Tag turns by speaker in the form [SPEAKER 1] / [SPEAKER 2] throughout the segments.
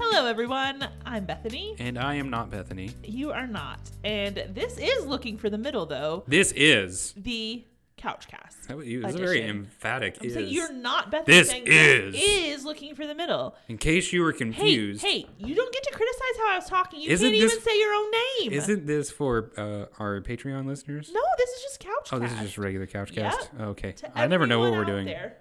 [SPEAKER 1] Hello, everyone. I'm Bethany.
[SPEAKER 2] And I am not Bethany.
[SPEAKER 1] You are not. And this is Looking for the Middle, though,
[SPEAKER 2] This is.
[SPEAKER 1] the Couchcast.
[SPEAKER 2] That was it was a very
[SPEAKER 1] Edition.
[SPEAKER 2] emphatic
[SPEAKER 1] I'm saying
[SPEAKER 2] is.
[SPEAKER 1] you're not Bethany.
[SPEAKER 2] This
[SPEAKER 1] saying
[SPEAKER 2] is.
[SPEAKER 1] is Looking for the Middle.
[SPEAKER 2] In case you were
[SPEAKER 1] Hey,
[SPEAKER 2] confused,
[SPEAKER 1] hey, you don't get to criticize how I was talking. You
[SPEAKER 2] Isn't
[SPEAKER 1] can't
[SPEAKER 2] this-
[SPEAKER 1] even say your own name.
[SPEAKER 2] isn't this for uh, our Patreon listeners?
[SPEAKER 1] no, this is just Couchcast.
[SPEAKER 2] Oh, this is just regular Couchcast. Oh,
[SPEAKER 1] Yep.
[SPEAKER 2] Okay.
[SPEAKER 1] To
[SPEAKER 2] I never know what
[SPEAKER 1] everyone
[SPEAKER 2] we're
[SPEAKER 1] out
[SPEAKER 2] doing.
[SPEAKER 1] there.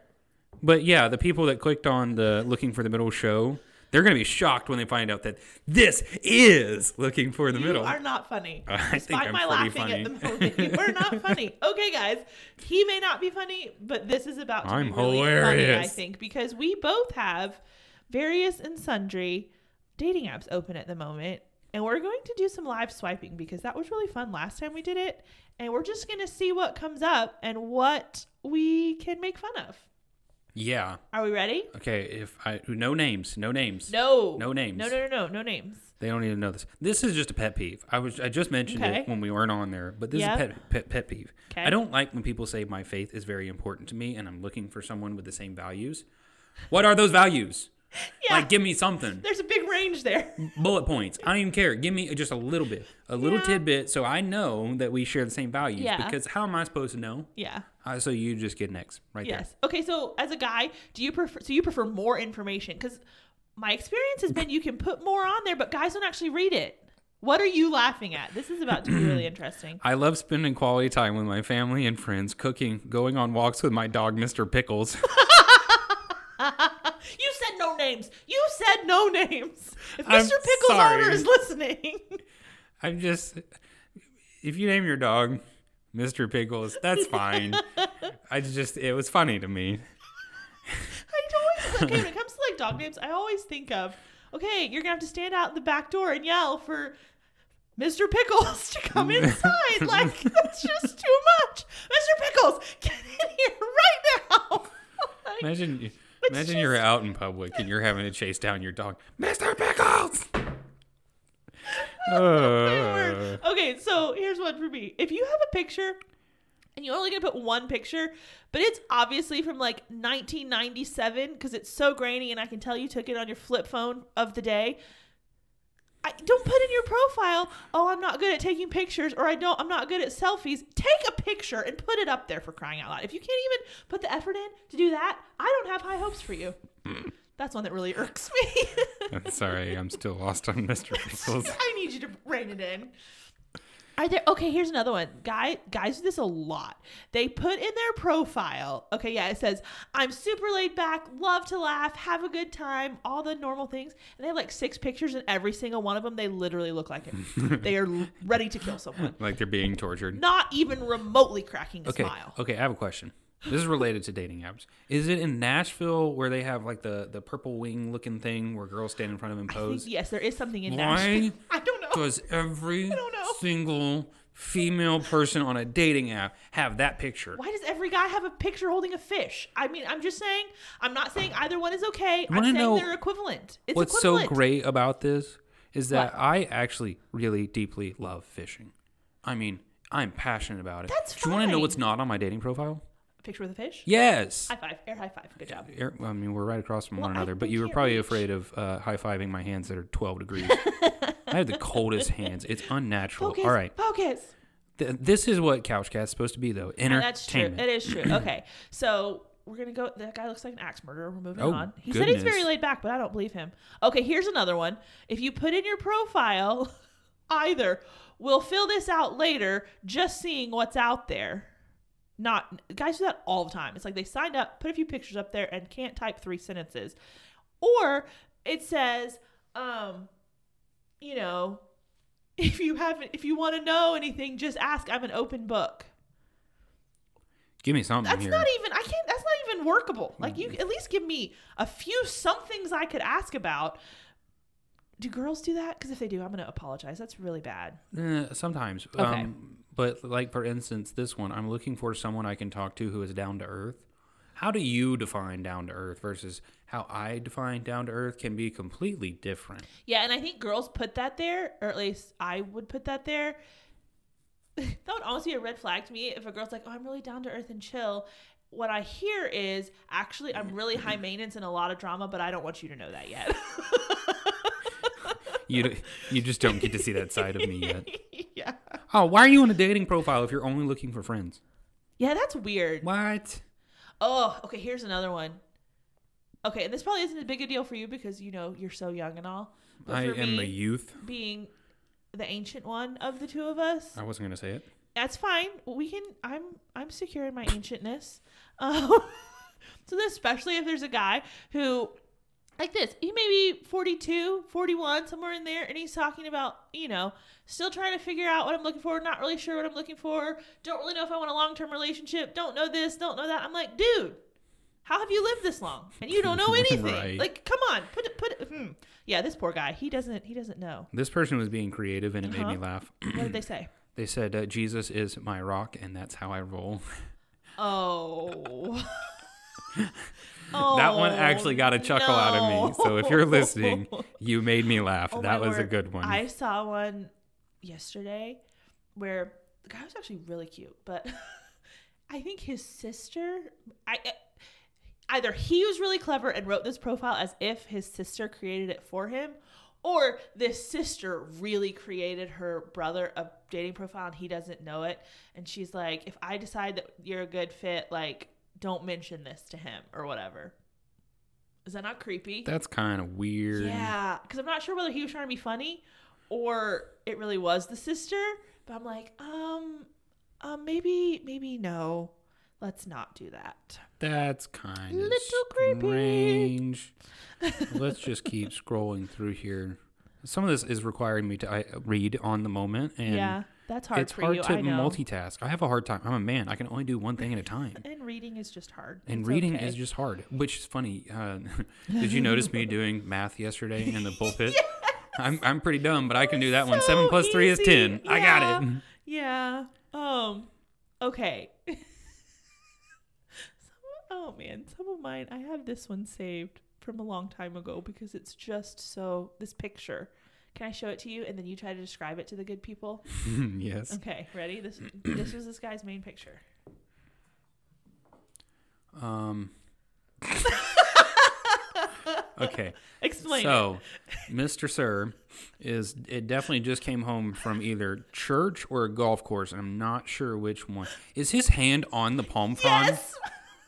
[SPEAKER 2] But yeah, the people that clicked on the Looking for the Middle show, they're going to be shocked when they find out that this is Looking for the
[SPEAKER 1] You
[SPEAKER 2] Middle.
[SPEAKER 1] are not funny.
[SPEAKER 2] I think
[SPEAKER 1] Despite
[SPEAKER 2] I'm
[SPEAKER 1] my
[SPEAKER 2] pretty
[SPEAKER 1] laughing at the
[SPEAKER 2] funny.
[SPEAKER 1] moment, you are not funny. Okay, guys, he may not be funny, but this is about to
[SPEAKER 2] I'm
[SPEAKER 1] be really funny, I
[SPEAKER 2] hilarious.
[SPEAKER 1] think, because we both have various and sundry dating apps open at the moment, and we're going to do some live swiping because that was really fun last time we did it, and we're just going to see what comes up and what we can make fun of.
[SPEAKER 2] yeah.
[SPEAKER 1] Are we ready?
[SPEAKER 2] Okay. If I no names, no names.
[SPEAKER 1] No.
[SPEAKER 2] No names.
[SPEAKER 1] No, no, no, no, no names.
[SPEAKER 2] They don't need to know this. This is just a pet peeve. I was I just mentioned
[SPEAKER 1] Okay.
[SPEAKER 2] it when we weren't on there, but this
[SPEAKER 1] Yeah.
[SPEAKER 2] is a pet, pet pet peeve.
[SPEAKER 1] Okay.
[SPEAKER 2] I don't like when people say my faith is very important to me and I'm looking for someone with the same values. What are those values?
[SPEAKER 1] Yeah.
[SPEAKER 2] Like give me something.
[SPEAKER 1] There's a big range there.
[SPEAKER 2] Bullet points. I don't even care. Give me just a little bit. A little
[SPEAKER 1] Yeah.
[SPEAKER 2] tidbit so I know that we share the same values
[SPEAKER 1] Yeah.
[SPEAKER 2] because how am I supposed to know?
[SPEAKER 1] Yeah.
[SPEAKER 2] Uh, so you just get next right there.
[SPEAKER 1] Yes. Okay. So as a guy, do you prefer? So you prefer more information? Because my experience has been you can put more on there, but guys don't actually read it. What are you laughing at? This is about to be really interesting.
[SPEAKER 2] I love spending quality time with my family and friends, cooking, going on walks with my dog Mr. Pickles.
[SPEAKER 1] You said no names. You said no names. If
[SPEAKER 2] I'm
[SPEAKER 1] Mr. Pickles
[SPEAKER 2] sorry.
[SPEAKER 1] owner is listening,
[SPEAKER 2] I'm just if you name your dog Mr. Pickles, that's fine. I just it was funny to me.
[SPEAKER 1] I always okay when it comes to like dog names. I always think of okay, you're gonna have to stand out the back door and yell for. Mr. Pickles to come inside. Like, that's just too much. Mr. Pickles, get in here right now. Like,
[SPEAKER 2] Imagine
[SPEAKER 1] It's
[SPEAKER 2] imagine you're
[SPEAKER 1] just-
[SPEAKER 2] out in public and you're having to chase down your dog, Mr. Pickles.
[SPEAKER 1] Word.
[SPEAKER 2] Uh,
[SPEAKER 1] Okay, so here's one for me. If you have a picture and you're only gonna put one picture, but it's obviously from like 1997 because it's so grainy, and I can tell you took it on your flip phone of the day. I, don't put in your profile. Oh, I'm not good at taking pictures, or I don't. I'm not good at selfies. Take a picture and put it up there for crying out loud. If you can't even put the effort in to do that, I don't have high hopes for you. That's one that really irks me.
[SPEAKER 2] I'm Uh, sorry, I'm still lost on Mr. Pickles.
[SPEAKER 1] I need you to rein it in. Are there okay? Here's another one. Guy, guys do this a lot. They put in their profile. Okay, yeah, it says I'm super laid back, love to laugh, have a good time, all the normal things. And they have like six pictures, and every single one of them, they literally look like it. they are l- ready to kill someone.
[SPEAKER 2] Like they're being tortured.
[SPEAKER 1] Not even remotely cracking a
[SPEAKER 2] Okay.
[SPEAKER 1] smile.
[SPEAKER 2] Okay, I have a question. This is related to dating apps. Is it in Nashville where they have like the the purple wing looking thing where girls stand in front of and
[SPEAKER 1] I think,
[SPEAKER 2] pose?
[SPEAKER 1] yes, there is something in
[SPEAKER 2] Why
[SPEAKER 1] Nashville. I don't know.
[SPEAKER 2] Does every
[SPEAKER 1] don't know.
[SPEAKER 2] single female person on a dating app have that picture?
[SPEAKER 1] Why does every guy have a picture holding a fish? I mean, I'm just saying. I'm not saying either one is okay. I'm
[SPEAKER 2] Wanna
[SPEAKER 1] saying
[SPEAKER 2] know
[SPEAKER 1] they're equivalent. It's
[SPEAKER 2] What's
[SPEAKER 1] equivalent.
[SPEAKER 2] so great about this is that I actually really deeply love fishing. I mean, I'm passionate about it.
[SPEAKER 1] That's
[SPEAKER 2] Do you want to know
[SPEAKER 1] fine.
[SPEAKER 2] what's not on my dating profile?
[SPEAKER 1] Picture with a fish.
[SPEAKER 2] Yes.
[SPEAKER 1] High five. Air high five. Good job.
[SPEAKER 2] Air- I mean, we're right across from
[SPEAKER 1] Well,
[SPEAKER 2] one
[SPEAKER 1] I-
[SPEAKER 2] another, but
[SPEAKER 1] we
[SPEAKER 2] you were
[SPEAKER 1] can't
[SPEAKER 2] probably
[SPEAKER 1] reach.
[SPEAKER 2] afraid of uh, high fiving my hands that are 12 degrees. I have the coldest hands. It's unnatural.
[SPEAKER 1] Focus.
[SPEAKER 2] All right.
[SPEAKER 1] Focus.
[SPEAKER 2] Th- this is what Couchcat's supposed to be, though.
[SPEAKER 1] And
[SPEAKER 2] Entertainment.
[SPEAKER 1] Oh, that's true. It is true. Okay. So we're gonna go. That guy looks like an axe murderer. We're moving
[SPEAKER 2] Oh,
[SPEAKER 1] on. He said he's
[SPEAKER 2] goodness.
[SPEAKER 1] very laid back, but I don't believe him. Okay. Here's another one. If you put in your profile, either we'll fill this out later. Just seeing what's out there. Not guys do that all the time. It's like they signed up, put a few pictures up there, and can't type three sentences. Or it says, um, you know, if you haven't, if you want to know anything, just ask. I'm an open book.
[SPEAKER 2] Give me something
[SPEAKER 1] That's
[SPEAKER 2] here.
[SPEAKER 1] not even. I can't. That's not even workable. Like you, at least give me a few somethings I could ask about. Do girls do that? Because if they do, I'm gonna apologize. That's really bad.
[SPEAKER 2] Eh, sometimes.
[SPEAKER 1] Okay.
[SPEAKER 2] Um, but like for instance, this one, I'm looking for someone I can talk to who is down to earth. How do you define down to earth versus how I define down to earth can be completely different.
[SPEAKER 1] Yeah, and I think girls put that there, or at least I would put that there. that would almost be a red flag to me if a girl's like, "Oh, I'm really down to earth and chill." What I hear is actually I'm really high maintenance and a lot of drama, but I don't want you to know that yet.
[SPEAKER 2] You d- you just don't get to see that side of me yet.
[SPEAKER 1] yeah.
[SPEAKER 2] Oh, why are you on a dating profile if you're only looking for friends?
[SPEAKER 1] Yeah, that's weird.
[SPEAKER 2] What?
[SPEAKER 1] Oh, okay, here's another one. Okay, and this probably isn't as big a deal for you because you know you're so young and all. But
[SPEAKER 2] I
[SPEAKER 1] for
[SPEAKER 2] am the
[SPEAKER 1] me,
[SPEAKER 2] youth.
[SPEAKER 1] being the ancient one of the two of us.
[SPEAKER 2] I wasn't gonna say it.
[SPEAKER 1] That's fine. We can. I'm. I'm secure in my ancientness. Um, so then especially if there's a guy who, like this, he may be 42, 41, somewhere in there, and he's talking about, you know, still trying to figure out what I'm looking for. Not really sure what I'm looking for. Don't really know if I want a long term relationship. Don't know this. Don't know that. I'm like, dude. How have you lived this long and you don't know anything?
[SPEAKER 2] Right.
[SPEAKER 1] Like, come on, put it, put it. Hmm. Yeah, this poor guy. He doesn't. He doesn't know.
[SPEAKER 2] This person was being creative and it made me
[SPEAKER 1] Uh-huh.
[SPEAKER 2] laugh.
[SPEAKER 1] What did they say?
[SPEAKER 2] They said uh, Jesus is my rock and that's how I roll.
[SPEAKER 1] Oh. oh.
[SPEAKER 2] that one actually got a chuckle out of me. So if you're
[SPEAKER 1] no.
[SPEAKER 2] listening, you made me laugh.
[SPEAKER 1] Oh
[SPEAKER 2] that
[SPEAKER 1] my
[SPEAKER 2] was a
[SPEAKER 1] word.
[SPEAKER 2] good one.
[SPEAKER 1] I saw one yesterday where the guy was actually really cute, but I think his sister I either he was really clever and wrote this profile as if his sister created it for him or this sister really created her brother a dating profile and he doesn't know it and she's like if I decide that you're a good fit like don't mention this to him or whatever. Is that not creepy?
[SPEAKER 2] That's kind of weird.
[SPEAKER 1] Yeah, because I'm not sure whether he was trying to be funny or it really was the sister. But I'm like, um, um, maybe, maybe no. Let's not do that.
[SPEAKER 2] That's kind of
[SPEAKER 1] Little creepy.
[SPEAKER 2] strange. Let's just keep scrolling through here. Some of this is requiring me to I, read on the moment, and
[SPEAKER 1] yeah, that's hard
[SPEAKER 2] it's
[SPEAKER 1] for
[SPEAKER 2] hard
[SPEAKER 1] you.
[SPEAKER 2] to
[SPEAKER 1] I know.
[SPEAKER 2] multitask. I have a hard time. I'm a man. I can only do one thing at a time.
[SPEAKER 1] and reading is just hard.
[SPEAKER 2] And
[SPEAKER 1] It's
[SPEAKER 2] reading
[SPEAKER 1] okay.
[SPEAKER 2] is just hard, which is funny. Uh, did you notice me doing math yesterday in the pulpit? I'm, I'm pretty dumb, but I can do that one. Seven
[SPEAKER 1] so
[SPEAKER 2] plus three is
[SPEAKER 1] easy.
[SPEAKER 2] ten. I got it.
[SPEAKER 1] Yeah. yeah. Um. Okay. some, oh man, some of mine. I have this one saved from a long time ago because it's just so. This picture. Can I show it to you and then you try to describe it to the good people?
[SPEAKER 2] yes.
[SPEAKER 1] Okay, ready? This this was this guy's main picture.
[SPEAKER 2] Um, okay.
[SPEAKER 1] Explain. it.
[SPEAKER 2] So, Mr. Sir is it definitely just came home from either church or a golf course, and I'm not sure which one. Is his hand on the palm frond?
[SPEAKER 1] yes,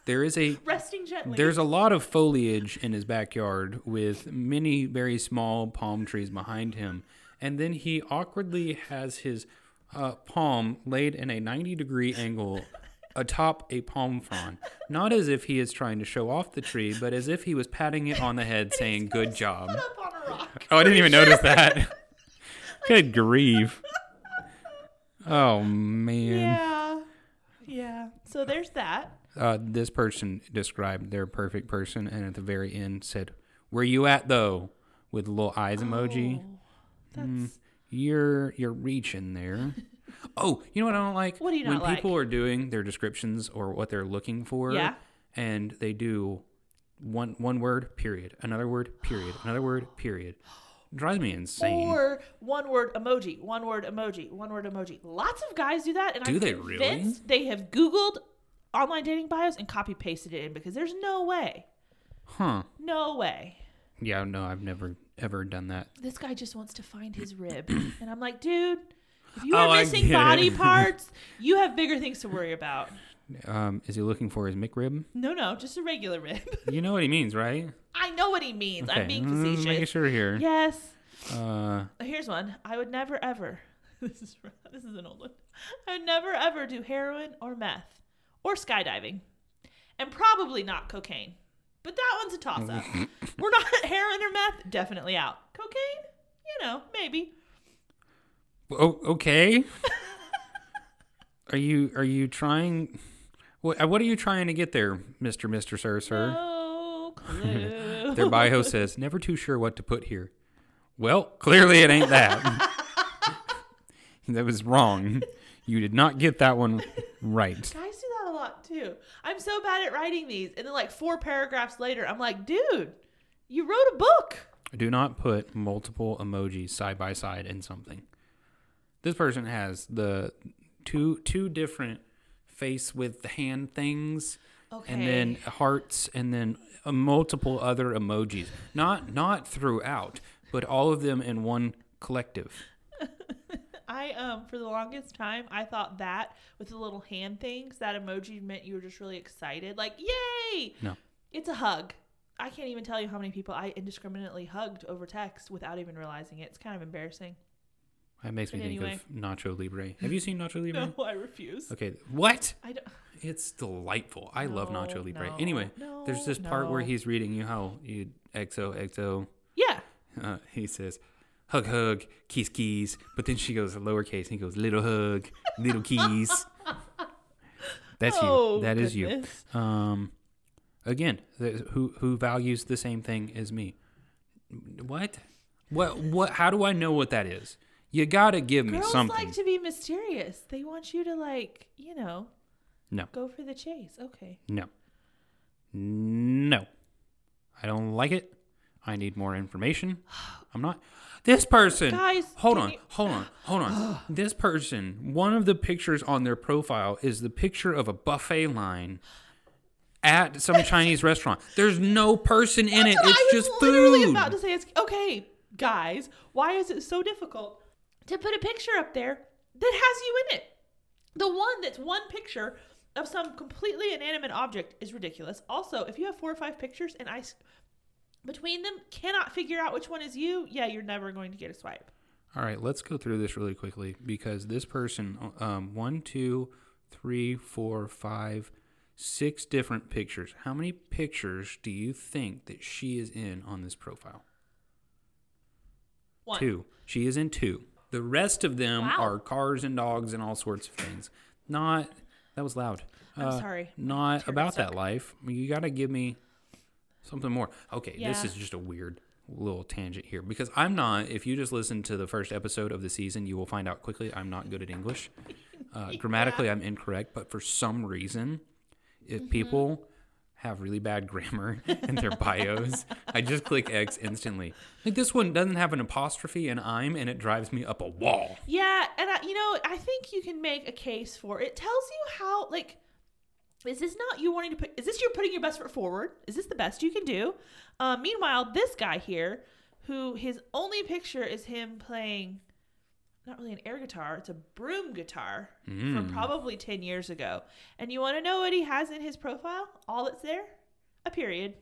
[SPEAKER 2] There is a
[SPEAKER 1] resting gently.
[SPEAKER 2] there's a lot of foliage in his backyard with many very small palm trees behind him, and then he awkwardly has his uh, palm laid in a 90 degree angle. Atop a palm frond, not as if he is trying to show off the tree, but as if he was patting it on the head, saying, Good job.
[SPEAKER 1] Put up on a rock.
[SPEAKER 2] Oh, I didn't even notice that. Good grief. Oh man.
[SPEAKER 1] Yeah, yeah. So there's that.
[SPEAKER 2] Uh, this person described their perfect person, and at the very end said, "Where you at though?" With little eyes emoji.
[SPEAKER 1] Oh, that's
[SPEAKER 2] Mm. You're you're reaching there. oh, you know what I don't like?
[SPEAKER 1] What do you
[SPEAKER 2] when
[SPEAKER 1] not like?
[SPEAKER 2] people are doing their descriptions or what they're looking for,
[SPEAKER 1] Yeah.
[SPEAKER 2] and they do one one word period, another word period, another word period. Drives me insane.
[SPEAKER 1] or one word emoji, one word emoji, one word emoji. Lots of guys do that, and
[SPEAKER 2] Do
[SPEAKER 1] I'm
[SPEAKER 2] they really?
[SPEAKER 1] convinced they have Googled online dating bios and copy pasted it in because there's no way,
[SPEAKER 2] huh.
[SPEAKER 1] no way.
[SPEAKER 2] Yeah, no, I've never ever done that.
[SPEAKER 1] This guy just wants to find his rib, and I'm like, dude. If you
[SPEAKER 2] Oh,
[SPEAKER 1] are
[SPEAKER 2] I
[SPEAKER 1] missing
[SPEAKER 2] get
[SPEAKER 1] body
[SPEAKER 2] it.
[SPEAKER 1] parts, you have bigger things to worry about.
[SPEAKER 2] Um, is he looking for his McRib?
[SPEAKER 1] No, no, just a regular rib.
[SPEAKER 2] You know what he means, right?
[SPEAKER 1] I know what he means. I'm being
[SPEAKER 2] mm, Making
[SPEAKER 1] facetious.
[SPEAKER 2] sure here.
[SPEAKER 1] Yes.
[SPEAKER 2] Uh,
[SPEAKER 1] Here's one. I would never ever. This is this is an old one. I would never ever do heroin or meth or skydiving, and probably not cocaine. But that one's a toss up. We're not heroin or meth. Definitely out. Cocaine, you know, maybe.
[SPEAKER 2] oh, okay. are you are you trying? What what are you trying to get there, Mister Mister Sir Sir?
[SPEAKER 1] No clue.
[SPEAKER 2] Their bio says never too sure what to put here. Well, clearly it ain't that. that was wrong. You did not get that one right.
[SPEAKER 1] Guys do that a lot too. I'm so bad at writing these, and then like four paragraphs later, I'm like, dude, you wrote a book.
[SPEAKER 2] Do not put multiple emojis side by side in something. This person has the two two different face with the hand things
[SPEAKER 1] Okay.
[SPEAKER 2] and then hearts and then uh, multiple other emojis. Not not throughout, but all of them in one collective.
[SPEAKER 1] I um for the longest time I thought that with the little hand things that emoji meant you were just really excited like yay.
[SPEAKER 2] No.
[SPEAKER 1] It's a hug. I can't even tell you how many people I indiscriminately hugged over text without even realizing it. It's kind of embarrassing.
[SPEAKER 2] That makes me
[SPEAKER 1] In any
[SPEAKER 2] think of Nacho Libre. Have you seen Nacho Libre?
[SPEAKER 1] No, I refuse.
[SPEAKER 2] Okay, what?
[SPEAKER 1] I don't
[SPEAKER 2] It's delightful. I love
[SPEAKER 1] No,
[SPEAKER 2] Nacho Libre.
[SPEAKER 1] no,
[SPEAKER 2] anyway, there's this
[SPEAKER 1] no,
[SPEAKER 2] part where
[SPEAKER 1] no.
[SPEAKER 2] he's reading you how you exo exo.
[SPEAKER 1] Yeah.
[SPEAKER 2] Uh, he says, hug hug, kiss kiss. But then she goes lowercase. And he goes little hug, little kiss. That's you. That is
[SPEAKER 1] Oh, goodness.
[SPEAKER 2] you. Um, again, th- who who values the same thing as me? What? What? What? How do I know what that is? You gotta give me
[SPEAKER 1] Girls
[SPEAKER 2] something.
[SPEAKER 1] like to be mysterious. They want you to like, you know,
[SPEAKER 2] No.
[SPEAKER 1] go for the chase. Okay.
[SPEAKER 2] No. No. I don't like it. I need more information. I'm not. This person.
[SPEAKER 1] Guys,
[SPEAKER 2] hold
[SPEAKER 1] can
[SPEAKER 2] on,
[SPEAKER 1] you-
[SPEAKER 2] hold on, hold on. this person, one of the pictures on their profile is the picture of a buffet line at some Chinese restaurant. There's no person in it.
[SPEAKER 1] That's what
[SPEAKER 2] It's
[SPEAKER 1] I was
[SPEAKER 2] just
[SPEAKER 1] literally
[SPEAKER 2] food.
[SPEAKER 1] about to say it's okay, guys. Why is it so difficult to put a picture up there that has you in it? The one that's one picture of some completely inanimate object is ridiculous. Also, if you have four or five pictures and I s- between them cannot figure out which one is you, yeah, you're never going to get a swipe.
[SPEAKER 2] All right, let's go through this really quickly because this person, um, one, two, three, four, five, six different pictures. How many pictures do you think that she is in on this profile?
[SPEAKER 1] One.
[SPEAKER 2] Two. She is in two. The rest of them
[SPEAKER 1] Wow.
[SPEAKER 2] are cars and dogs and all sorts of things. Not that was loud. Uh,
[SPEAKER 1] I'm sorry.
[SPEAKER 2] Not
[SPEAKER 1] Turd
[SPEAKER 2] about
[SPEAKER 1] suck.
[SPEAKER 2] that life. I mean, You got to give me something more. Okay, this
[SPEAKER 1] Yeah.
[SPEAKER 2] is just a weird little tangent here because I'm not. If you just listen to the first episode of the season, you will find out quickly I'm not good at English. Uh, Grammatically, I'm incorrect, but for some reason, if people have really bad grammar in their bios, I just click X instantly. Like this one doesn't have an apostrophe and I'm, and it drives me up a wall.
[SPEAKER 1] Yeah, and I, you know, I think you can make a case for it. Tells you how like is this not you wanting to put? Is this you putting your best foot forward? Is this the best you can do? Uh, meanwhile, this guy here, who his only picture is him playing, not really an air guitar, it's a broom guitar from probably ten years ago. And you want to know what he has in his profile? All that's there, a period.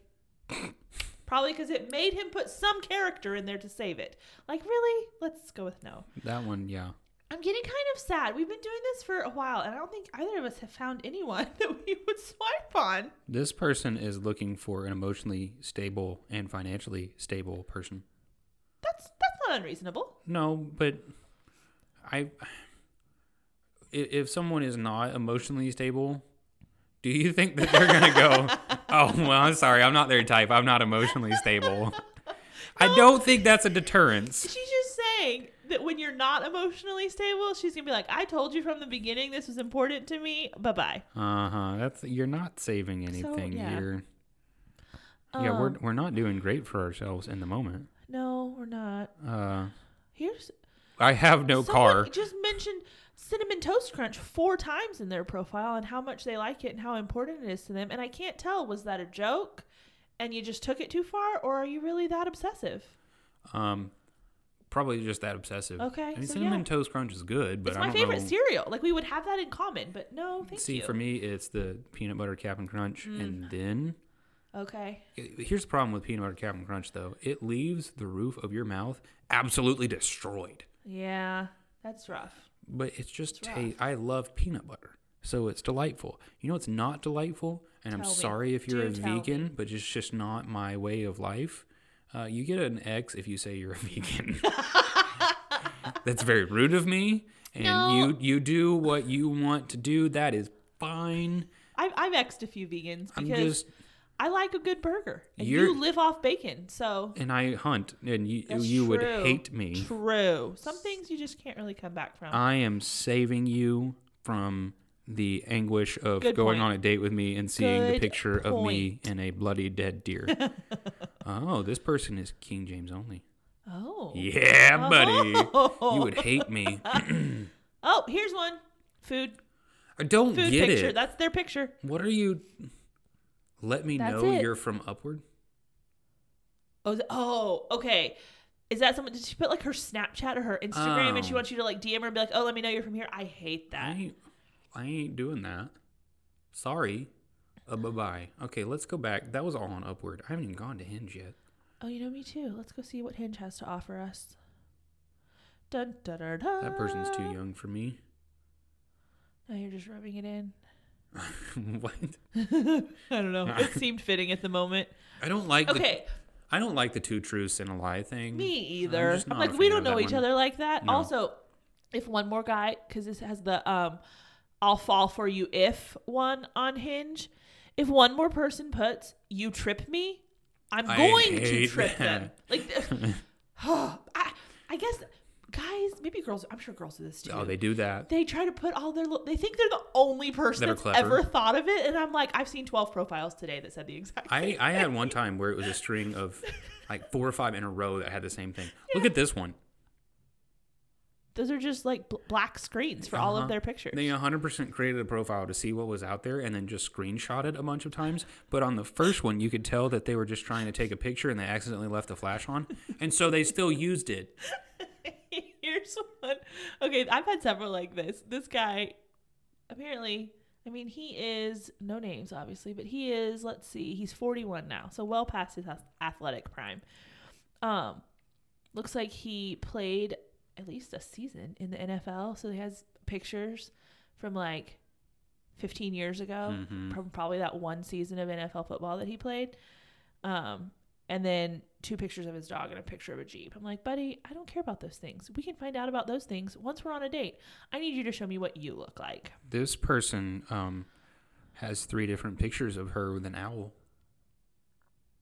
[SPEAKER 1] Probably because it made him put some character in there to save it. Like, really? Let's go with no.
[SPEAKER 2] That one, yeah.
[SPEAKER 1] I'm getting kind of sad. We've been doing this for a while, and I don't think either of us have found anyone that we would swipe on.
[SPEAKER 2] This person is looking for an emotionally stable and financially stable person.
[SPEAKER 1] That's that's not unreasonable.
[SPEAKER 2] No, but I i- if someone is not emotionally stable, do you think that they're gonna go, Oh well, I'm sorry, I'm not their type. I'm not emotionally stable. I don't think that's a deterrence.
[SPEAKER 1] She's just saying that when you're not emotionally stable, she's gonna be like, "I told you from the beginning this was important to me. Bye bye."
[SPEAKER 2] Uh huh. That's you're not saving anything
[SPEAKER 1] yeah. Um,
[SPEAKER 2] here. yeah, we're we're not doing great for ourselves in the moment.
[SPEAKER 1] No, we're not.
[SPEAKER 2] Uh,
[SPEAKER 1] Here's
[SPEAKER 2] I have no
[SPEAKER 1] someone
[SPEAKER 2] car.
[SPEAKER 1] Just mentioned cinnamon toast crunch four times in their profile and how much they like it and how important it is to them. And I can't tell was that a joke, and you just took it too far, or are you really that obsessive?
[SPEAKER 2] Um, probably just that obsessive.
[SPEAKER 1] Okay,
[SPEAKER 2] I mean,
[SPEAKER 1] so
[SPEAKER 2] cinnamon
[SPEAKER 1] yeah.
[SPEAKER 2] toast crunch is good, but
[SPEAKER 1] it's my
[SPEAKER 2] I don't
[SPEAKER 1] favorite
[SPEAKER 2] know.
[SPEAKER 1] cereal. Like we would have that in common, but no, thank
[SPEAKER 2] See,
[SPEAKER 1] you. Mm.
[SPEAKER 2] for me, it's the peanut butter Cap'n Crunch, and then
[SPEAKER 1] Okay.
[SPEAKER 2] here's the problem with peanut butter Cap'n Crunch though: it leaves the roof of your mouth absolutely destroyed.
[SPEAKER 1] Yeah, that's rough.
[SPEAKER 2] But it's just
[SPEAKER 1] It's rough.
[SPEAKER 2] taste. I love peanut butter, so it's delightful. You know, it's not delightful, and I'm
[SPEAKER 1] Tell me.
[SPEAKER 2] sorry if you're
[SPEAKER 1] Do
[SPEAKER 2] a
[SPEAKER 1] tell
[SPEAKER 2] vegan, but it's just not my way of life. Uh, you get an X if you say you're a vegan. That's very rude of me, and
[SPEAKER 1] No.
[SPEAKER 2] you you do what you want to do. That is fine.
[SPEAKER 1] I've I've exed a few vegans
[SPEAKER 2] I'm
[SPEAKER 1] because
[SPEAKER 2] just
[SPEAKER 1] I like a good burger, and
[SPEAKER 2] You're-
[SPEAKER 1] you live off bacon, so
[SPEAKER 2] and I hunt, and you
[SPEAKER 1] That's
[SPEAKER 2] you would
[SPEAKER 1] true.
[SPEAKER 2] hate me.
[SPEAKER 1] true. Some things you just can't really come back from.
[SPEAKER 2] I am saving you from the anguish of
[SPEAKER 1] Good
[SPEAKER 2] going
[SPEAKER 1] point.
[SPEAKER 2] on a date with me and seeing the
[SPEAKER 1] Good
[SPEAKER 2] picture of me in a bloody dead deer. oh, this person is King James only.
[SPEAKER 1] oh,
[SPEAKER 2] Yeah, buddy.
[SPEAKER 1] Oh.
[SPEAKER 2] You would hate me.
[SPEAKER 1] oh, here's one food
[SPEAKER 2] I don't
[SPEAKER 1] food
[SPEAKER 2] get
[SPEAKER 1] picture.
[SPEAKER 2] it.
[SPEAKER 1] That's their picture.
[SPEAKER 2] what are you? Let me
[SPEAKER 1] That's
[SPEAKER 2] know
[SPEAKER 1] it.
[SPEAKER 2] you're from Upward.
[SPEAKER 1] Oh, is it- oh, okay. Is that someone? Did she put like her Snapchat or her Instagram, and she
[SPEAKER 2] Oh.
[SPEAKER 1] wants you to like DM her and be like, "Oh, let me know you're from here." I hate
[SPEAKER 2] I
[SPEAKER 1] that.
[SPEAKER 2] ain't, I ain't doing that. Sorry. Uh, bye bye. Okay, let's go back. That was all on Upward. I haven't even gone to Hinge yet.
[SPEAKER 1] Oh, you know me too. Let's go see what Hinge has to offer us. Dun, dun, dun, dun.
[SPEAKER 2] That person's too young for me.
[SPEAKER 1] Now you're just rubbing it in.
[SPEAKER 2] what?
[SPEAKER 1] I don't know. It seemed fitting at the moment.
[SPEAKER 2] I don't like.
[SPEAKER 1] Okay,
[SPEAKER 2] The, I don't like the two truths and a lie thing.
[SPEAKER 1] Me either. I'm,
[SPEAKER 2] just not a
[SPEAKER 1] like, we
[SPEAKER 2] fan
[SPEAKER 1] don't
[SPEAKER 2] of that
[SPEAKER 1] know each
[SPEAKER 2] one.
[SPEAKER 1] other like that.
[SPEAKER 2] No.
[SPEAKER 1] Also, if one more guy, because this has the um, I'll fall for you if one on Hinge, if one more person puts you trip me, I'm
[SPEAKER 2] I
[SPEAKER 1] going to
[SPEAKER 2] hate
[SPEAKER 1] trip them.
[SPEAKER 2] that.
[SPEAKER 1] Like, I, I guess guys, maybe girls. I'm sure girls do this too.
[SPEAKER 2] Oh, they do that.
[SPEAKER 1] They try to put all their. li- They think they're the only person
[SPEAKER 2] That are
[SPEAKER 1] that's
[SPEAKER 2] clever.
[SPEAKER 1] ever thought of it, and I'm like, I've seen 12 profiles today that said the exact.
[SPEAKER 2] I, I had one time where it was a string of like four or five in a row that had the same thing. Look at this one.
[SPEAKER 1] Those are just like bl- black screens for all
[SPEAKER 2] Uh-huh.
[SPEAKER 1] of their pictures.
[SPEAKER 2] They 100% created a profile to see what was out there and then just screenshot it a bunch of times. But on the first one, you could tell that they were just trying to take a picture and they accidentally left the flash on. And so they still used it.
[SPEAKER 1] Here's one. Okay, I've had several like this. This guy, apparently, I mean, he is no names, obviously, but he is. Let's see, he's 41 now, so well past his ath- athletic prime. Um, looks like he played at least a season in the NFL, so he has pictures from like 15 years ago,
[SPEAKER 2] Mhm.
[SPEAKER 1] from probably that one season of NFL football that he played. Um, and then two pictures of his dog and a picture of a jeep. I'm like, buddy, I don't care about those things. We can find out about those things once we're on a date. I need you to show me what you look like.
[SPEAKER 2] This person um, has three different pictures of her with an owl.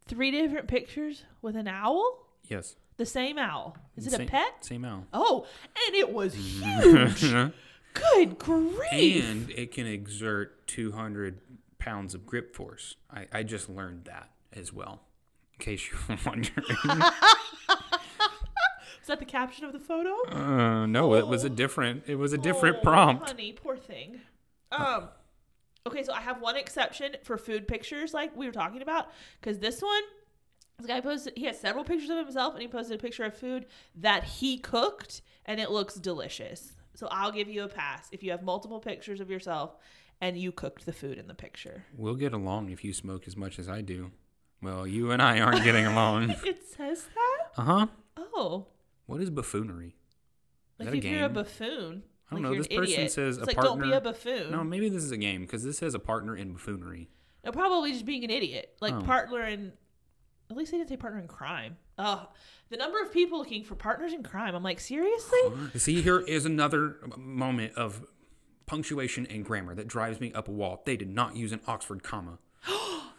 [SPEAKER 1] Three different pictures with an owl.
[SPEAKER 2] Yes.
[SPEAKER 1] The same owl. Is it
[SPEAKER 2] Same-
[SPEAKER 1] a pet?
[SPEAKER 2] Same owl.
[SPEAKER 1] Oh, and it was huge. Good grief.
[SPEAKER 2] and it can exert 200 pounds of grip force. I, I just learned that as well, in case you were wondering.
[SPEAKER 1] Is that the caption of the photo?
[SPEAKER 2] Uh, no, it was a different. It was a different
[SPEAKER 1] Oh,
[SPEAKER 2] prompt.
[SPEAKER 1] Honey, poor thing. Um, okay, so I have one exception for food pictures, like we were talking about, because this one, this guy posted. He has several pictures of himself, and he posted a picture of food that he cooked, and it looks delicious. So I'll give you a pass if you have multiple pictures of yourself and you cooked the food in the picture.
[SPEAKER 2] We'll get along if you smoke as much as I do. Well, you and I aren't getting along.
[SPEAKER 1] It says that.
[SPEAKER 2] Uh huh.
[SPEAKER 1] Oh,
[SPEAKER 2] What is buffoonery? Is
[SPEAKER 1] like
[SPEAKER 2] that a
[SPEAKER 1] if you're a
[SPEAKER 2] game?
[SPEAKER 1] buffoon.
[SPEAKER 2] I
[SPEAKER 1] like
[SPEAKER 2] don't know.
[SPEAKER 1] You're
[SPEAKER 2] This
[SPEAKER 1] an
[SPEAKER 2] person
[SPEAKER 1] idiot.
[SPEAKER 2] says
[SPEAKER 1] it's
[SPEAKER 2] a
[SPEAKER 1] like don't be
[SPEAKER 2] partner-
[SPEAKER 1] a buffoon.
[SPEAKER 2] No, maybe this is a game because this has a partner in buffoonery.
[SPEAKER 1] No, probably just being an idiot. Like
[SPEAKER 2] Oh.
[SPEAKER 1] partner in at least they didn't say partner in crime. Oh, the number of people looking for partners in crime. I'm like, seriously?
[SPEAKER 2] See, here is another moment of punctuation and grammar that drives me up a wall. They did not use an Oxford comma.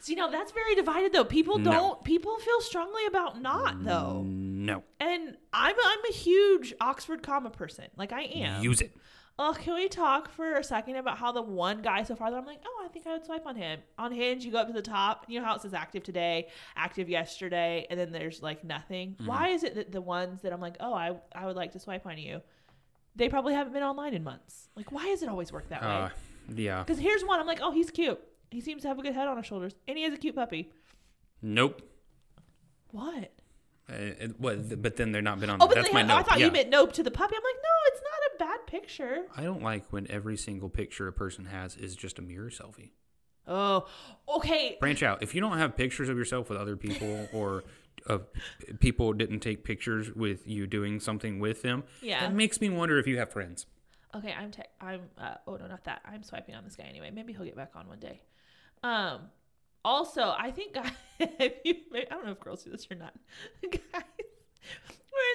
[SPEAKER 1] See, now that's very divided though. People
[SPEAKER 2] No. Mm.
[SPEAKER 1] don't. People feel strongly about not though.
[SPEAKER 2] No,
[SPEAKER 1] And I'm I'm a huge Oxford comma person. Like I am.
[SPEAKER 2] use it.
[SPEAKER 1] Oh, can we talk for a second about how the one guy so far that I'm like, oh, I think I would swipe on him. On Hinge, you go up to the top, you know how it says active today, active yesterday, and then there's like nothing.
[SPEAKER 2] Mm-hmm.
[SPEAKER 1] Why is it that the ones that I'm like, oh, I I would like to swipe on you, they probably haven't been online in months. Like, why does it always work that way?
[SPEAKER 2] Uh, yeah.
[SPEAKER 1] Because here's one I'm like, oh, he's cute. He seems to have a good head on his shoulders, and he has a cute puppy.
[SPEAKER 2] Nope.
[SPEAKER 1] What?
[SPEAKER 2] Uh, it- what, but then they're not been on.
[SPEAKER 1] Oh, but
[SPEAKER 2] that's
[SPEAKER 1] they
[SPEAKER 2] my
[SPEAKER 1] had,
[SPEAKER 2] note.
[SPEAKER 1] I thought
[SPEAKER 2] yeah.
[SPEAKER 1] you meant nope to the puppy. I'm like, no, it's not a bad picture.
[SPEAKER 2] I don't like when every single picture a person has is just a mirror selfie.
[SPEAKER 1] Oh, okay.
[SPEAKER 2] Branch out. If you don't have pictures of yourself with other people or uh, people didn't take pictures with you doing something with them,
[SPEAKER 1] Yeah.
[SPEAKER 2] that makes me wonder if you have friends.
[SPEAKER 1] Okay, I'm tech. I'm. Uh, oh no, not that. I'm swiping on this guy anyway. Maybe he'll get back on one day. Um. Also, I think guys. If you, I don't know if girls do this or not. Guys, where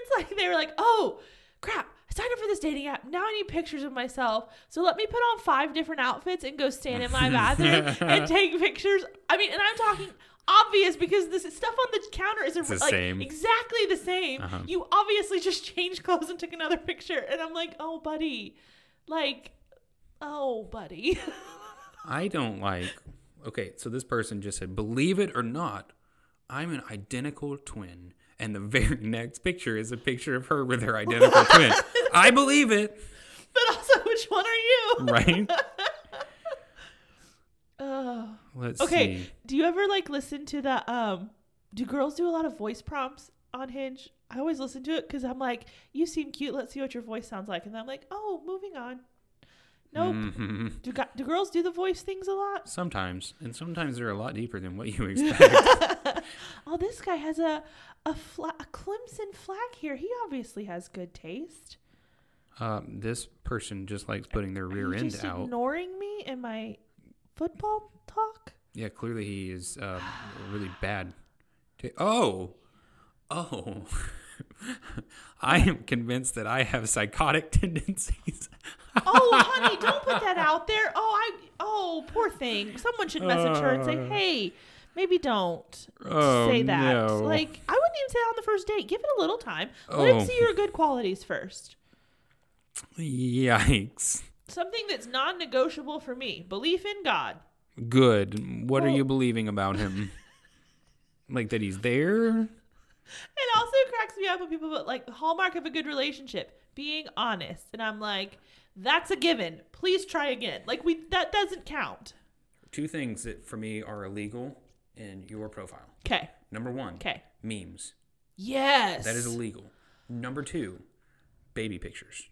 [SPEAKER 1] it's like they were like, oh crap, I signed up for this dating app. Now I need pictures of myself. So let me put on five different outfits and go stand in my bathroom and take pictures. I mean, and I'm talking obvious because this stuff on the counter is a,
[SPEAKER 2] the
[SPEAKER 1] like,
[SPEAKER 2] same.
[SPEAKER 1] exactly the same.
[SPEAKER 2] Uh-huh.
[SPEAKER 1] You obviously just changed clothes and took another picture. And I'm like, oh, buddy. Like, oh, buddy.
[SPEAKER 2] I don't like. Okay, so this person just said, believe it or not, I'm an identical twin. And the very next picture is a picture of her with her identical twin. I believe it,
[SPEAKER 1] but also, which one are you?
[SPEAKER 2] right?
[SPEAKER 1] Oh.
[SPEAKER 2] Let's
[SPEAKER 1] Okay.
[SPEAKER 2] see.
[SPEAKER 1] Do you ever like listen to the, um, do girls do a lot of voice prompts on Hinge. I always listen to it because I'm like, you seem cute. Let's see what your voice sounds like. And then I'm like, oh, moving on. Nope.
[SPEAKER 2] Mhm.
[SPEAKER 1] Do, gu- do girls do the voice things a lot?
[SPEAKER 2] Sometimes, and sometimes they're a lot deeper than what you expect.
[SPEAKER 1] oh, this guy has a a, fla- a Clemson flag here. He obviously has good taste.
[SPEAKER 2] um, this person just likes putting their
[SPEAKER 1] Are
[SPEAKER 2] rear
[SPEAKER 1] you
[SPEAKER 2] end
[SPEAKER 1] just
[SPEAKER 2] out.
[SPEAKER 1] ignoring me and my football talk.
[SPEAKER 2] Yeah, clearly he is uh, really bad. Ta- oh, oh. I am convinced that I have psychotic tendencies.
[SPEAKER 1] Oh, honey, don't put that out there. Oh, I oh, poor thing. Someone should message her and say,
[SPEAKER 2] Uh.
[SPEAKER 1] "Hey, maybe don't
[SPEAKER 2] Oh,
[SPEAKER 1] say that."
[SPEAKER 2] no.
[SPEAKER 1] Like, I wouldn't even say that on the first date. Give it a little time. Let him
[SPEAKER 2] Oh.
[SPEAKER 1] see your good qualities first.
[SPEAKER 2] Yikes.
[SPEAKER 1] Something that's non-negotiable for me: belief in God.
[SPEAKER 2] Good. What are
[SPEAKER 1] Well-
[SPEAKER 2] you believing about him? like that he's there?
[SPEAKER 1] It also cracks me up when people put like the hallmark of a good relationship being honest, and I'm like, that's a given. Please try again. Like we that doesn't count.
[SPEAKER 2] Two things that for me are illegal in your profile.
[SPEAKER 1] Okay.
[SPEAKER 2] Number one,
[SPEAKER 1] Okay.
[SPEAKER 2] memes.
[SPEAKER 1] Yes.
[SPEAKER 2] That is illegal. Number two, baby pictures.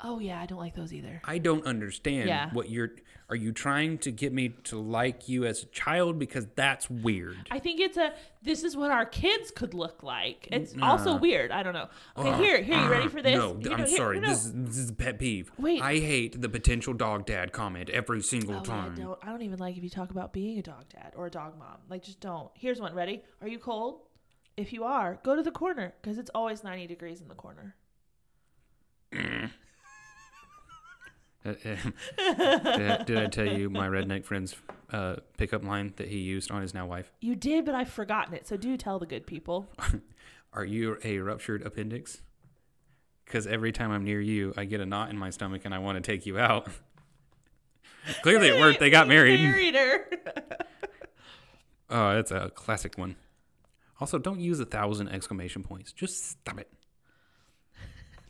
[SPEAKER 1] oh yeah, I don't like those either.
[SPEAKER 2] I don't understand
[SPEAKER 1] Yeah.
[SPEAKER 2] what you're. Are you trying to get me to like you as a child? Because that's weird.
[SPEAKER 1] I think it's a this is what our kids could look like. It's also weird. I don't know. Okay, here, here, you ready for this?
[SPEAKER 2] Ah, No,
[SPEAKER 1] Here,
[SPEAKER 2] I'm
[SPEAKER 1] here,
[SPEAKER 2] sorry.
[SPEAKER 1] no, no.
[SPEAKER 2] This, is, this is a pet peeve.
[SPEAKER 1] Wait.
[SPEAKER 2] I hate the potential dog dad comment every single
[SPEAKER 1] Oh, I
[SPEAKER 2] time.
[SPEAKER 1] don't. I don't even like if you talk about being a dog dad or a dog mom. Like, just don't. Here's one. Ready? Are you cold? If you are, go to the corner because it's always 90 degrees in the corner.
[SPEAKER 2] Uh, uh, did, I, did I tell you my redneck friend's uh, pickup line that he used on his now wife?
[SPEAKER 1] You did, but I've forgotten it. So do tell the good people.
[SPEAKER 2] Are you a ruptured appendix? Because every time I'm near you, I get a knot in my stomach and I want to take you out. Clearly, it worked. They got
[SPEAKER 1] He
[SPEAKER 2] married.
[SPEAKER 1] Married her.
[SPEAKER 2] Oh, that's a classic one. Also, don't use a thousand exclamation points. Just stop it.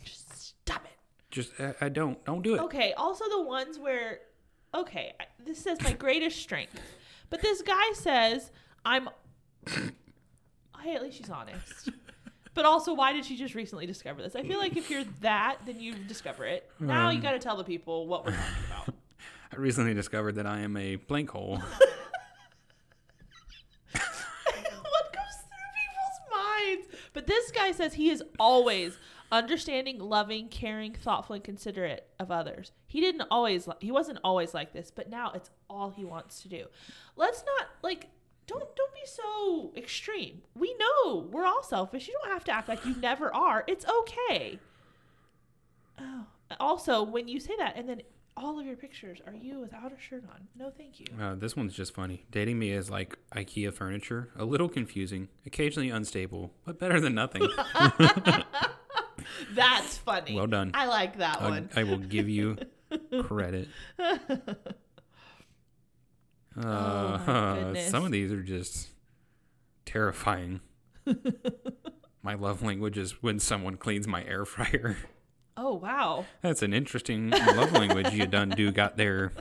[SPEAKER 1] Just stop it.
[SPEAKER 2] Just I, I don't don't do it.
[SPEAKER 1] Okay. Also, the ones where, okay, I- this says my greatest strength, but this guy says I'm. hey, at least she's honest. But also, why did she just recently discover this? I feel like if you're that, then you discover it. Now you got to tell the people what we're talking about.
[SPEAKER 2] I recently discovered that I am a blank hole.
[SPEAKER 1] what goes through people's minds? But this guy says he is always understanding, loving, caring, thoughtful, and considerate of others. He didn't always li- he wasn't always like this, but now it's all he wants to do. Let's not like don't don't be so extreme. We know we're all selfish. You don't have to act like you never are. It's okay. Oh, also, when you say that, and then all of your pictures are you without a shirt on. No, thank you.
[SPEAKER 2] Uh, this one's just funny. Dating me is like IKEA furniture. A little confusing, occasionally unstable, but better than nothing.
[SPEAKER 1] That's funny.
[SPEAKER 2] Well done.
[SPEAKER 1] I like that
[SPEAKER 2] I,
[SPEAKER 1] one. Oh,
[SPEAKER 2] I will give you credit. Uh,
[SPEAKER 1] goodness.
[SPEAKER 2] some of these are just terrifying. my love language is when someone cleans my air fryer.
[SPEAKER 1] Oh wow.
[SPEAKER 2] That's an interesting love language you done do got there.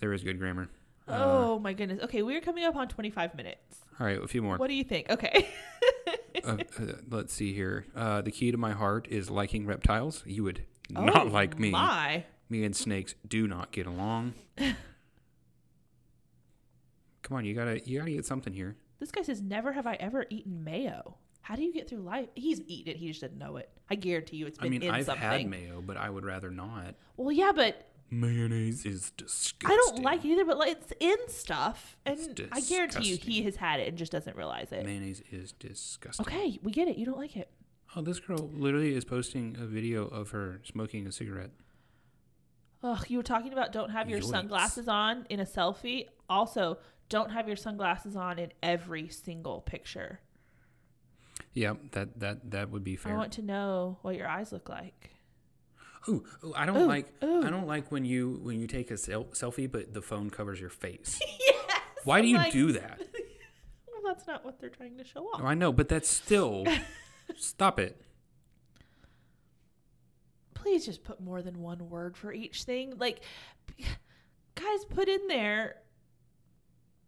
[SPEAKER 2] There is good grammar.
[SPEAKER 1] oh my goodness. Okay, we're coming up on 25 minutes.
[SPEAKER 2] All right, a few more.
[SPEAKER 1] What do you think? Okay.
[SPEAKER 2] Uh, uh, let's see here. Uh, the key to my heart is liking reptiles. You would not like me.
[SPEAKER 1] Oh, My.
[SPEAKER 2] Me and snakes do not get along. Come on, you gotta you gotta get something here.
[SPEAKER 1] This guy says never have I ever eaten mayo. How do you get through life? He's eaten it. He just didn't know it. I guarantee you, it's been
[SPEAKER 2] I mean,
[SPEAKER 1] in
[SPEAKER 2] I've
[SPEAKER 1] something.
[SPEAKER 2] had mayo, but I would rather not.
[SPEAKER 1] well, yeah, but
[SPEAKER 2] Mayonnaise is disgusting.
[SPEAKER 1] I don't like it either. But like, it's in stuff, and
[SPEAKER 2] It's
[SPEAKER 1] I guarantee you, he
[SPEAKER 2] disgusting.
[SPEAKER 1] has had it and just doesn't realize it.
[SPEAKER 2] Mayonnaise is disgusting.
[SPEAKER 1] Okay, we get it. You don't like it.
[SPEAKER 2] Oh, this girl literally is posting a video of her smoking a cigarette.
[SPEAKER 1] Ugh, you were talking about don't have your
[SPEAKER 2] Yikes.
[SPEAKER 1] sunglasses on in a selfie. Also, don't have your sunglasses on in every single picture.
[SPEAKER 2] Yeah, that that that would be fair.
[SPEAKER 1] I want to know what your eyes look like.
[SPEAKER 2] Ooh, ooh, I don't
[SPEAKER 1] Ooh,
[SPEAKER 2] like
[SPEAKER 1] ooh.
[SPEAKER 2] I don't like when you when you take a sel- selfie but the phone covers your face.
[SPEAKER 1] Yes.
[SPEAKER 2] Why do you
[SPEAKER 1] Like-
[SPEAKER 2] do that?
[SPEAKER 1] Well, that's not what they're trying to show off.
[SPEAKER 2] Oh, I know, but that's still stop it.
[SPEAKER 1] Please just put more than one word for each thing. Like, guys, put in there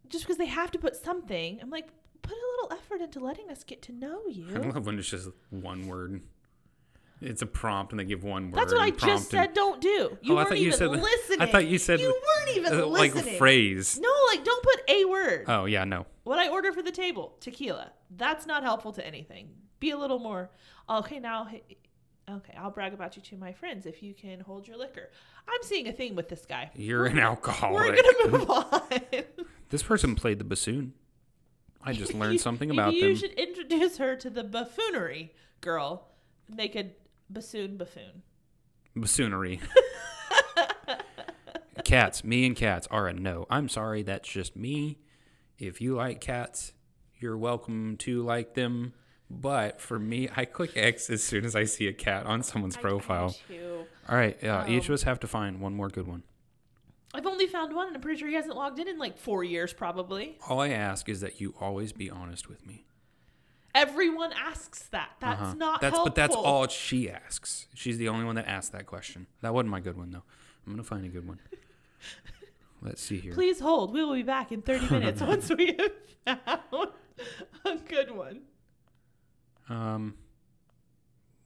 [SPEAKER 1] just because they have to put something. I'm like, put a little effort into letting us get to know
[SPEAKER 2] I
[SPEAKER 1] you.
[SPEAKER 2] love when it's just one word. It's a prompt, and they give one word.
[SPEAKER 1] That's what I
[SPEAKER 2] and prompt
[SPEAKER 1] just said. Don't do. You
[SPEAKER 2] Oh, I
[SPEAKER 1] weren't
[SPEAKER 2] thought
[SPEAKER 1] even
[SPEAKER 2] you said.
[SPEAKER 1] listening.
[SPEAKER 2] I thought you said.
[SPEAKER 1] you weren't even
[SPEAKER 2] uh, like
[SPEAKER 1] listening.
[SPEAKER 2] phrase.
[SPEAKER 1] No, like don't put a word.
[SPEAKER 2] Oh yeah, no.
[SPEAKER 1] what I order for the table, tequila. That's not helpful to anything. Be a little more. Okay, now, hey, okay, I'll brag about you to my friends if you can hold your liquor. I'm seeing a theme with this guy.
[SPEAKER 2] You're an alcoholic.
[SPEAKER 1] We're gonna move on.
[SPEAKER 2] This person played the bassoon. I just learned something about
[SPEAKER 1] you
[SPEAKER 2] them.
[SPEAKER 1] should introduce her to the buffoonery girl. Make a bassoon buffoon.
[SPEAKER 2] Bassoonery. cats, me and cats are a no. I'm sorry, that's just me. If you like cats, you're welcome to like them. But for me, I click X as soon as I see a cat on someone's profile.
[SPEAKER 1] I, do.
[SPEAKER 2] All right, uh, each
[SPEAKER 1] Oh.
[SPEAKER 2] of us have to find one more good one.
[SPEAKER 1] I've only found one, and I'm pretty sure he hasn't logged in in like four years, probably.
[SPEAKER 2] All I ask is that you always be honest with me.
[SPEAKER 1] Everyone asks that. That's
[SPEAKER 2] Uh-huh.
[SPEAKER 1] not
[SPEAKER 2] that's
[SPEAKER 1] helpful.
[SPEAKER 2] but that's all she asks. She's the only one that asked that question. That wasn't my good one though. I'm gonna find a good one. Let's see here.
[SPEAKER 1] Please hold. We will be back in 30 minutes once we have found a good one.
[SPEAKER 2] Um,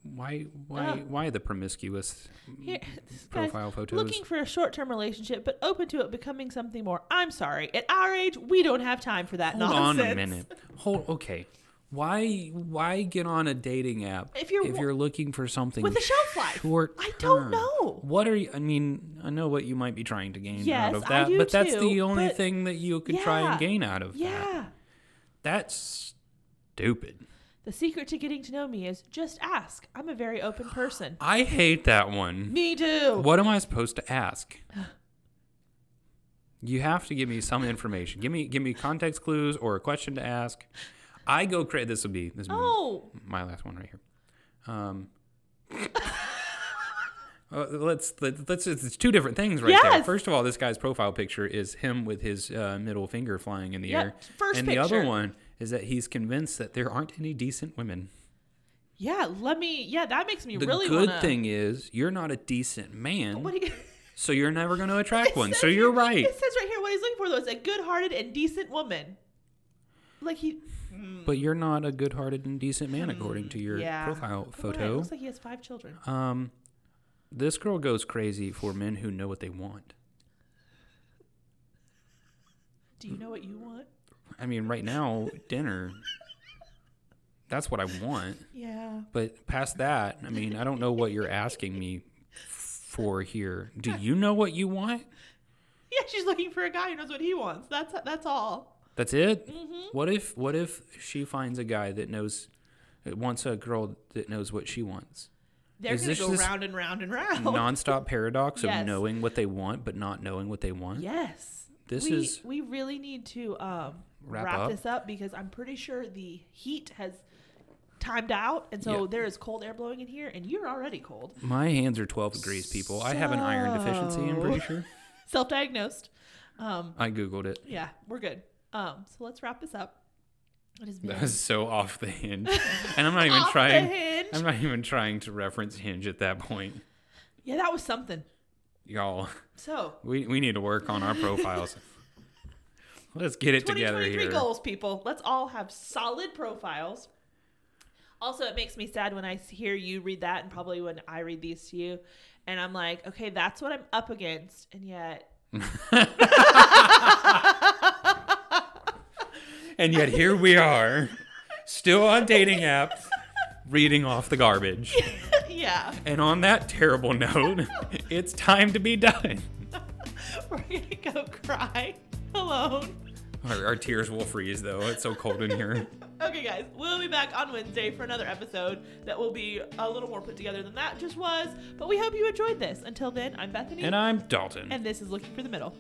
[SPEAKER 2] why why
[SPEAKER 1] Ah.
[SPEAKER 2] why the promiscuous
[SPEAKER 1] Here, this guy's
[SPEAKER 2] profile photos?
[SPEAKER 1] looking for a short-term relationship, but open to it becoming something more. I'm sorry. At our age, we don't have time for that
[SPEAKER 2] Hold
[SPEAKER 1] nonsense.
[SPEAKER 2] on a minute. Hold okay. Why why get on a dating app
[SPEAKER 1] If you're wa-
[SPEAKER 2] looking for something
[SPEAKER 1] With a shelf life.
[SPEAKER 2] Short
[SPEAKER 1] I don't
[SPEAKER 2] term?
[SPEAKER 1] know.
[SPEAKER 2] What are you? I mean, I know what you might be trying to gain
[SPEAKER 1] Yes,
[SPEAKER 2] out of
[SPEAKER 1] I
[SPEAKER 2] that,
[SPEAKER 1] do
[SPEAKER 2] but that's the
[SPEAKER 1] too,
[SPEAKER 2] only
[SPEAKER 1] but-
[SPEAKER 2] thing that you could try and
[SPEAKER 1] Yeah.
[SPEAKER 2] gain out of that.
[SPEAKER 1] Yeah.
[SPEAKER 2] That's stupid.
[SPEAKER 1] The secret to getting to know me is just ask. I'm a very open person.
[SPEAKER 2] I hate that one.
[SPEAKER 1] Me too.
[SPEAKER 2] What am I supposed to ask? You have to give me some information. Give me give me context clues or a question to ask. I go crazy. This will be this will
[SPEAKER 1] Oh,
[SPEAKER 2] be my last one right here. Um, uh, let's let, let's it's it's two different things right there.
[SPEAKER 1] Yes.
[SPEAKER 2] First of all, this guy's profile picture is him with his uh, middle finger flying in the
[SPEAKER 1] Yep,
[SPEAKER 2] air,
[SPEAKER 1] first
[SPEAKER 2] and the other
[SPEAKER 1] picture.
[SPEAKER 2] one is that he's convinced that there aren't any decent women.
[SPEAKER 1] yeah. Let me. Yeah, that makes me
[SPEAKER 2] The
[SPEAKER 1] really
[SPEAKER 2] good
[SPEAKER 1] wanna,
[SPEAKER 2] thing is you're not a decent man,
[SPEAKER 1] What do you,
[SPEAKER 2] so you're never going to attract
[SPEAKER 1] It
[SPEAKER 2] one.
[SPEAKER 1] says
[SPEAKER 2] So
[SPEAKER 1] here-
[SPEAKER 2] you're right.
[SPEAKER 1] It says right here what he's looking for though is a good-hearted and decent woman. Like he.
[SPEAKER 2] But you're not a good-hearted and decent man, according to your
[SPEAKER 1] yeah.
[SPEAKER 2] profile
[SPEAKER 1] Come on, it
[SPEAKER 2] photo.
[SPEAKER 1] looks like he has five children.
[SPEAKER 2] um, this girl goes crazy for men who know what they want.
[SPEAKER 1] Do you know what you want?
[SPEAKER 2] I mean, right now, dinner. That's what I want.
[SPEAKER 1] Yeah.
[SPEAKER 2] But past that, I mean, I don't know what you're asking me for here. Do you know what you want?
[SPEAKER 1] Yeah, she's looking for a guy who knows what he wants. That's that's all.
[SPEAKER 2] That's it.
[SPEAKER 1] Mm-hmm.
[SPEAKER 2] What if what if she finds a guy that knows, wants a girl that knows what she wants?
[SPEAKER 1] They're
[SPEAKER 2] Is
[SPEAKER 1] gonna
[SPEAKER 2] this
[SPEAKER 1] go
[SPEAKER 2] this
[SPEAKER 1] round and round and round.
[SPEAKER 2] Nonstop paradox
[SPEAKER 1] Yes.
[SPEAKER 2] of knowing what they want but not knowing what they want.
[SPEAKER 1] Yes.
[SPEAKER 2] This
[SPEAKER 1] we,
[SPEAKER 2] is-
[SPEAKER 1] we really need to um,
[SPEAKER 2] Wrap
[SPEAKER 1] wrap,
[SPEAKER 2] up?
[SPEAKER 1] this up because I'm pretty sure the heat has timed out, and so
[SPEAKER 2] Yeah.
[SPEAKER 1] there is cold air blowing in here, and you're already cold.
[SPEAKER 2] My hands are 12 degrees, people. I have an iron deficiency, I'm pretty sure.
[SPEAKER 1] Self-diagnosed. Um,
[SPEAKER 2] I Googled it.
[SPEAKER 1] yeah, we're good. Um, so let's wrap this up. It has been
[SPEAKER 2] That was so off the hinge. And I'm not even
[SPEAKER 1] Off the
[SPEAKER 2] trying.
[SPEAKER 1] hinge.
[SPEAKER 2] I'm not even trying to reference hinge at that point.
[SPEAKER 1] yeah, that was something.
[SPEAKER 2] Y'all,
[SPEAKER 1] So
[SPEAKER 2] we, we need to work on our profiles. Let's get it together
[SPEAKER 1] 2023
[SPEAKER 2] here.
[SPEAKER 1] goals, people. Let's all have solid profiles. Also, it makes me sad when I s- hear you read that and probably when I read these to you. And I'm like, okay, that's what I'm up against. And yet,
[SPEAKER 2] And yet here we are, still on dating apps, reading off the garbage.
[SPEAKER 1] yeah,
[SPEAKER 2] And on that terrible note, it's time to be done.
[SPEAKER 1] we're going to go cry alone.
[SPEAKER 2] Our, our tears will freeze though. It's so cold in here.
[SPEAKER 1] Okay, guys, we'll be back on Wednesday for another episode that will be a little more put together than that just was. But we hope you enjoyed this. Until then, I'm Bethany.
[SPEAKER 2] And I'm Dalton.
[SPEAKER 1] and this is Looking for the Middle.